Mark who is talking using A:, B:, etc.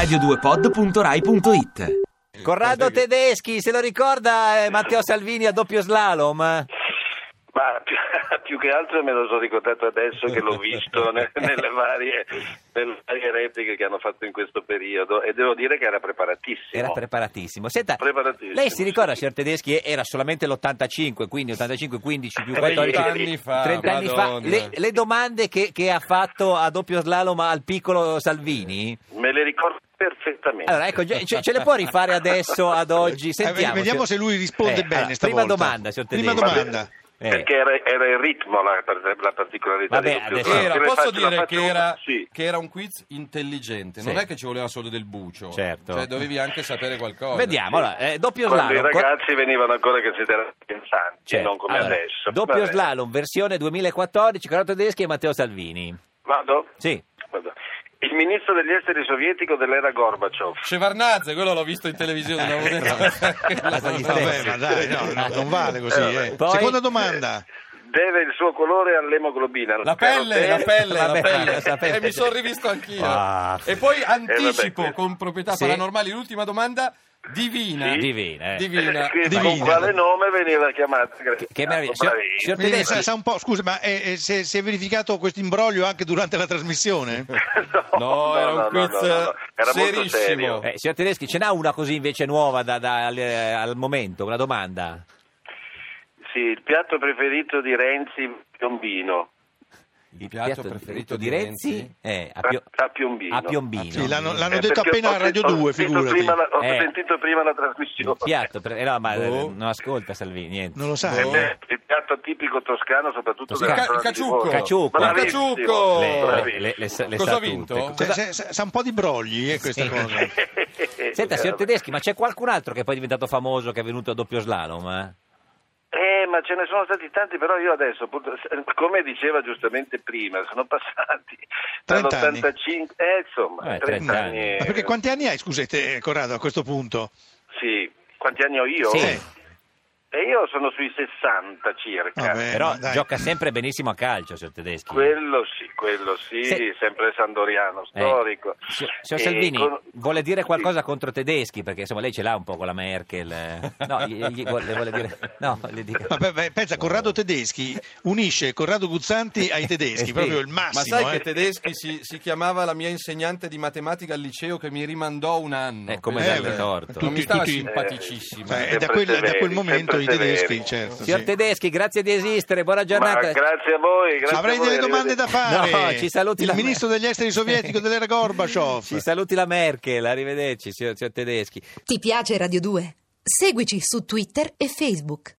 A: radio2pod.rai.it
B: Eh,
C: Corrado Tedeschi, se lo ricorda eh, Matteo Salvini a doppio slalom?
B: Ma più, più che altro me lo sono ricordato adesso che l'ho visto ne- nelle, varie, nelle varie repliche che hanno fatto in questo periodo e devo dire che era preparatissimo.
C: Era preparatissimo. Senta,
B: Preparatissimo,
C: lei si ricorda,
B: sì.
C: signor Tedeschi, eh, era solamente l'85, quindi 85-15 più
B: Eh,
C: 14.
B: 30
D: anni fa,
C: 30 anni fa.
D: Madonna.
C: Le, le domande che, che ha fatto a doppio slalom al piccolo Salvini?
B: Me le ricordo perfettamente.
C: Allora, ecco, ce, ce- ce le può rifare adesso ad oggi? Sentiamo.
E: Eh, vediamo se lui risponde
C: Eh,
E: bene
C: allora,
E: stavolta.
C: Prima domanda, signor Tedeschi.
E: Prima domanda.
C: Eh,
B: Perché era, era il ritmo la, la particolarità
C: Vabbè,
B: di
C: adesso-
B: Doppio
D: Era,
B: Slalom.
D: posso
B: Faccio- la
D: dire
B: faccio
D: che
B: una-
D: era,
B: sì.
D: che era un quiz intelligente, non
C: Sì.
D: è che ci voleva solo del bucio,
C: Certo.
D: cioè dovevi anche sapere qualcosa.
C: Vediamo, allora, eh, doppio
B: Quando i
C: slalom. co-
B: ragazzi venivano ancora considerati pensanti,
C: Certo.
B: non come
C: Allora,
B: adesso.
C: Doppio
B: Vabbè.
C: slalom, versione 2014, Corrado Tedeschi e Matteo Salvini.
B: Vado?
C: Sì.
B: Vado. Il ministro degli esteri sovietico dell'era Gorbaciov.
D: Shevardnadze, quello l'ho visto in televisione. non
C: Ma sono gli stessi.
E: Eh, Vabbè, ma dai, no, no, non vale così. eh.
C: Poi- Eh,
E: Seconda domanda.
B: Deve il suo colore all'emoglobina.
D: La pelle, la pelle,
C: Vabbè,
D: la pelle.
C: la pelle.
D: E mi sono rivisto anch'io.
C: Ah.
D: E
B: Eh,
D: poi anticipo
B: questo.
D: con proprietà
C: Sì.
D: paranormali l'ultima domanda divina.
B: Sì.
C: Divina, eh.
D: Divina.
B: Che- Con
E: Divina.
B: quale nome veniva chiamata?
C: Che meraviglia. Signor-
B: Bravissimo.
C: signor
E: Quindi,
C: Tedeschi.
E: sa- sa un po', scusa, ma eh, eh, se- si è verificato questo imbroglio anche durante la trasmissione?
D: No, era un quiz,
B: Era molto
D: serissimo.
B: serio.
C: Eh, signor Tedeschi, ce n'ha una così invece nuova da- da- al, eh, al momento, una domanda?
B: Sì, il piatto preferito di Renzi Piombino.
D: Il piatto preferito di Renzi?
C: Eh, a,
B: A-
C: Pio-
B: a Piombino.
C: a Piombino.
E: Sì, l'hanno, l'hanno
B: Eh,
E: detto
B: perché
E: appena
B: ho
E: a Radio
B: sentito-
E: 2,
B: ho sentito
E: figurati.
B: prima la- Ho
C: Eh.
B: sentito prima la
C: Il
B: trasmissione.
C: piatto, pre- eh, no, ma eh,
D: Boh.
C: non ascolta Salvini, niente.
E: Non lo sa. oh.
B: Ed è Eh, il piatto tipico toscano, soprattutto
D: Sì,
B: della
D: ca-
B: zona di
D: caciucco.
B: Livorno.
C: Caciucco.
B: Bravissimo,
D: Caciucco.
C: Le-
B: bravissimo.
C: le- le- le- le
D: Cosa
C: sa
D: ha vinto?
C: tutte.
E: Cioè, se- se- sa un po' di brogli, eh, questa cosa.
C: Senta, signor Tedeschi, ma c'è qualcun altro che è poi diventato famoso che è venuto a doppio slalom? eh?
B: Eh, ma ce ne sono stati tanti, però io adesso, appunto, se- come diceva giustamente prima, sono passati
E: 30 anni.
B: dall'85, eh, insomma,
C: Eh,
B: 30
C: 30
B: anni.
E: Ma perché quanti anni hai, scusate, eh, Corrado, a questo punto?
B: Sì, quanti anni ho io?
C: Sì.
E: Eh,
B: E io sono sui 60 circa.
E: Vabbè. Eh,
C: Però
E: ma dai.
C: gioca sempre benissimo a calcio, signor Tedeschi.
B: Quello sì, quello sì,
C: Se-
B: sempre sandoriano,
C: Eh,
B: storico.
C: si- Signor
B: E
C: Salvini,
B: con-
C: vuole dire
B: sì.
C: qualcosa contro tedeschi? Perché insomma lei ce l'ha un po' con la Merkel. eh. No, gli, gli vuole, vuole dire... No, le dica...
E: Ma beh, beh, pensa, Corrado Tedeschi unisce Corrado Guzzanti ai
C: Eh, sì.
E: tedeschi, proprio il
D: Ma
E: massimo.
D: sai che
E: eh.
D: Tedeschi si, si chiamava la mia insegnante di matematica al liceo che mi rimandò un anno.
C: È come
D: Pensate,
E: darle
C: torto.
D: Non mi
E: Tutti-
D: stava
E: tutti-
D: simpaticissima.
E: Cioè,
B: Sempre
E: e da, quel, da quel
B: severi,
E: momento i
B: sempre
E: tedeschi,
B: severi.
E: certo.
C: Signor
E: sì.
C: Tedeschi, grazie di esistere, buona
B: Ma
C: giornata.
B: grazie a voi, grazie a
E: Avrei
B: voi,
E: delle domande da fare.
C: No, ci saluti
E: il
C: la-
E: ministro degli esteri sovietico dell'era Gorbaciov.
C: Ci saluti la Merkel, arrivederci, signor- signor Tedeschi.
F: Ti piace Radio 2? Seguici su Twitter e Facebook.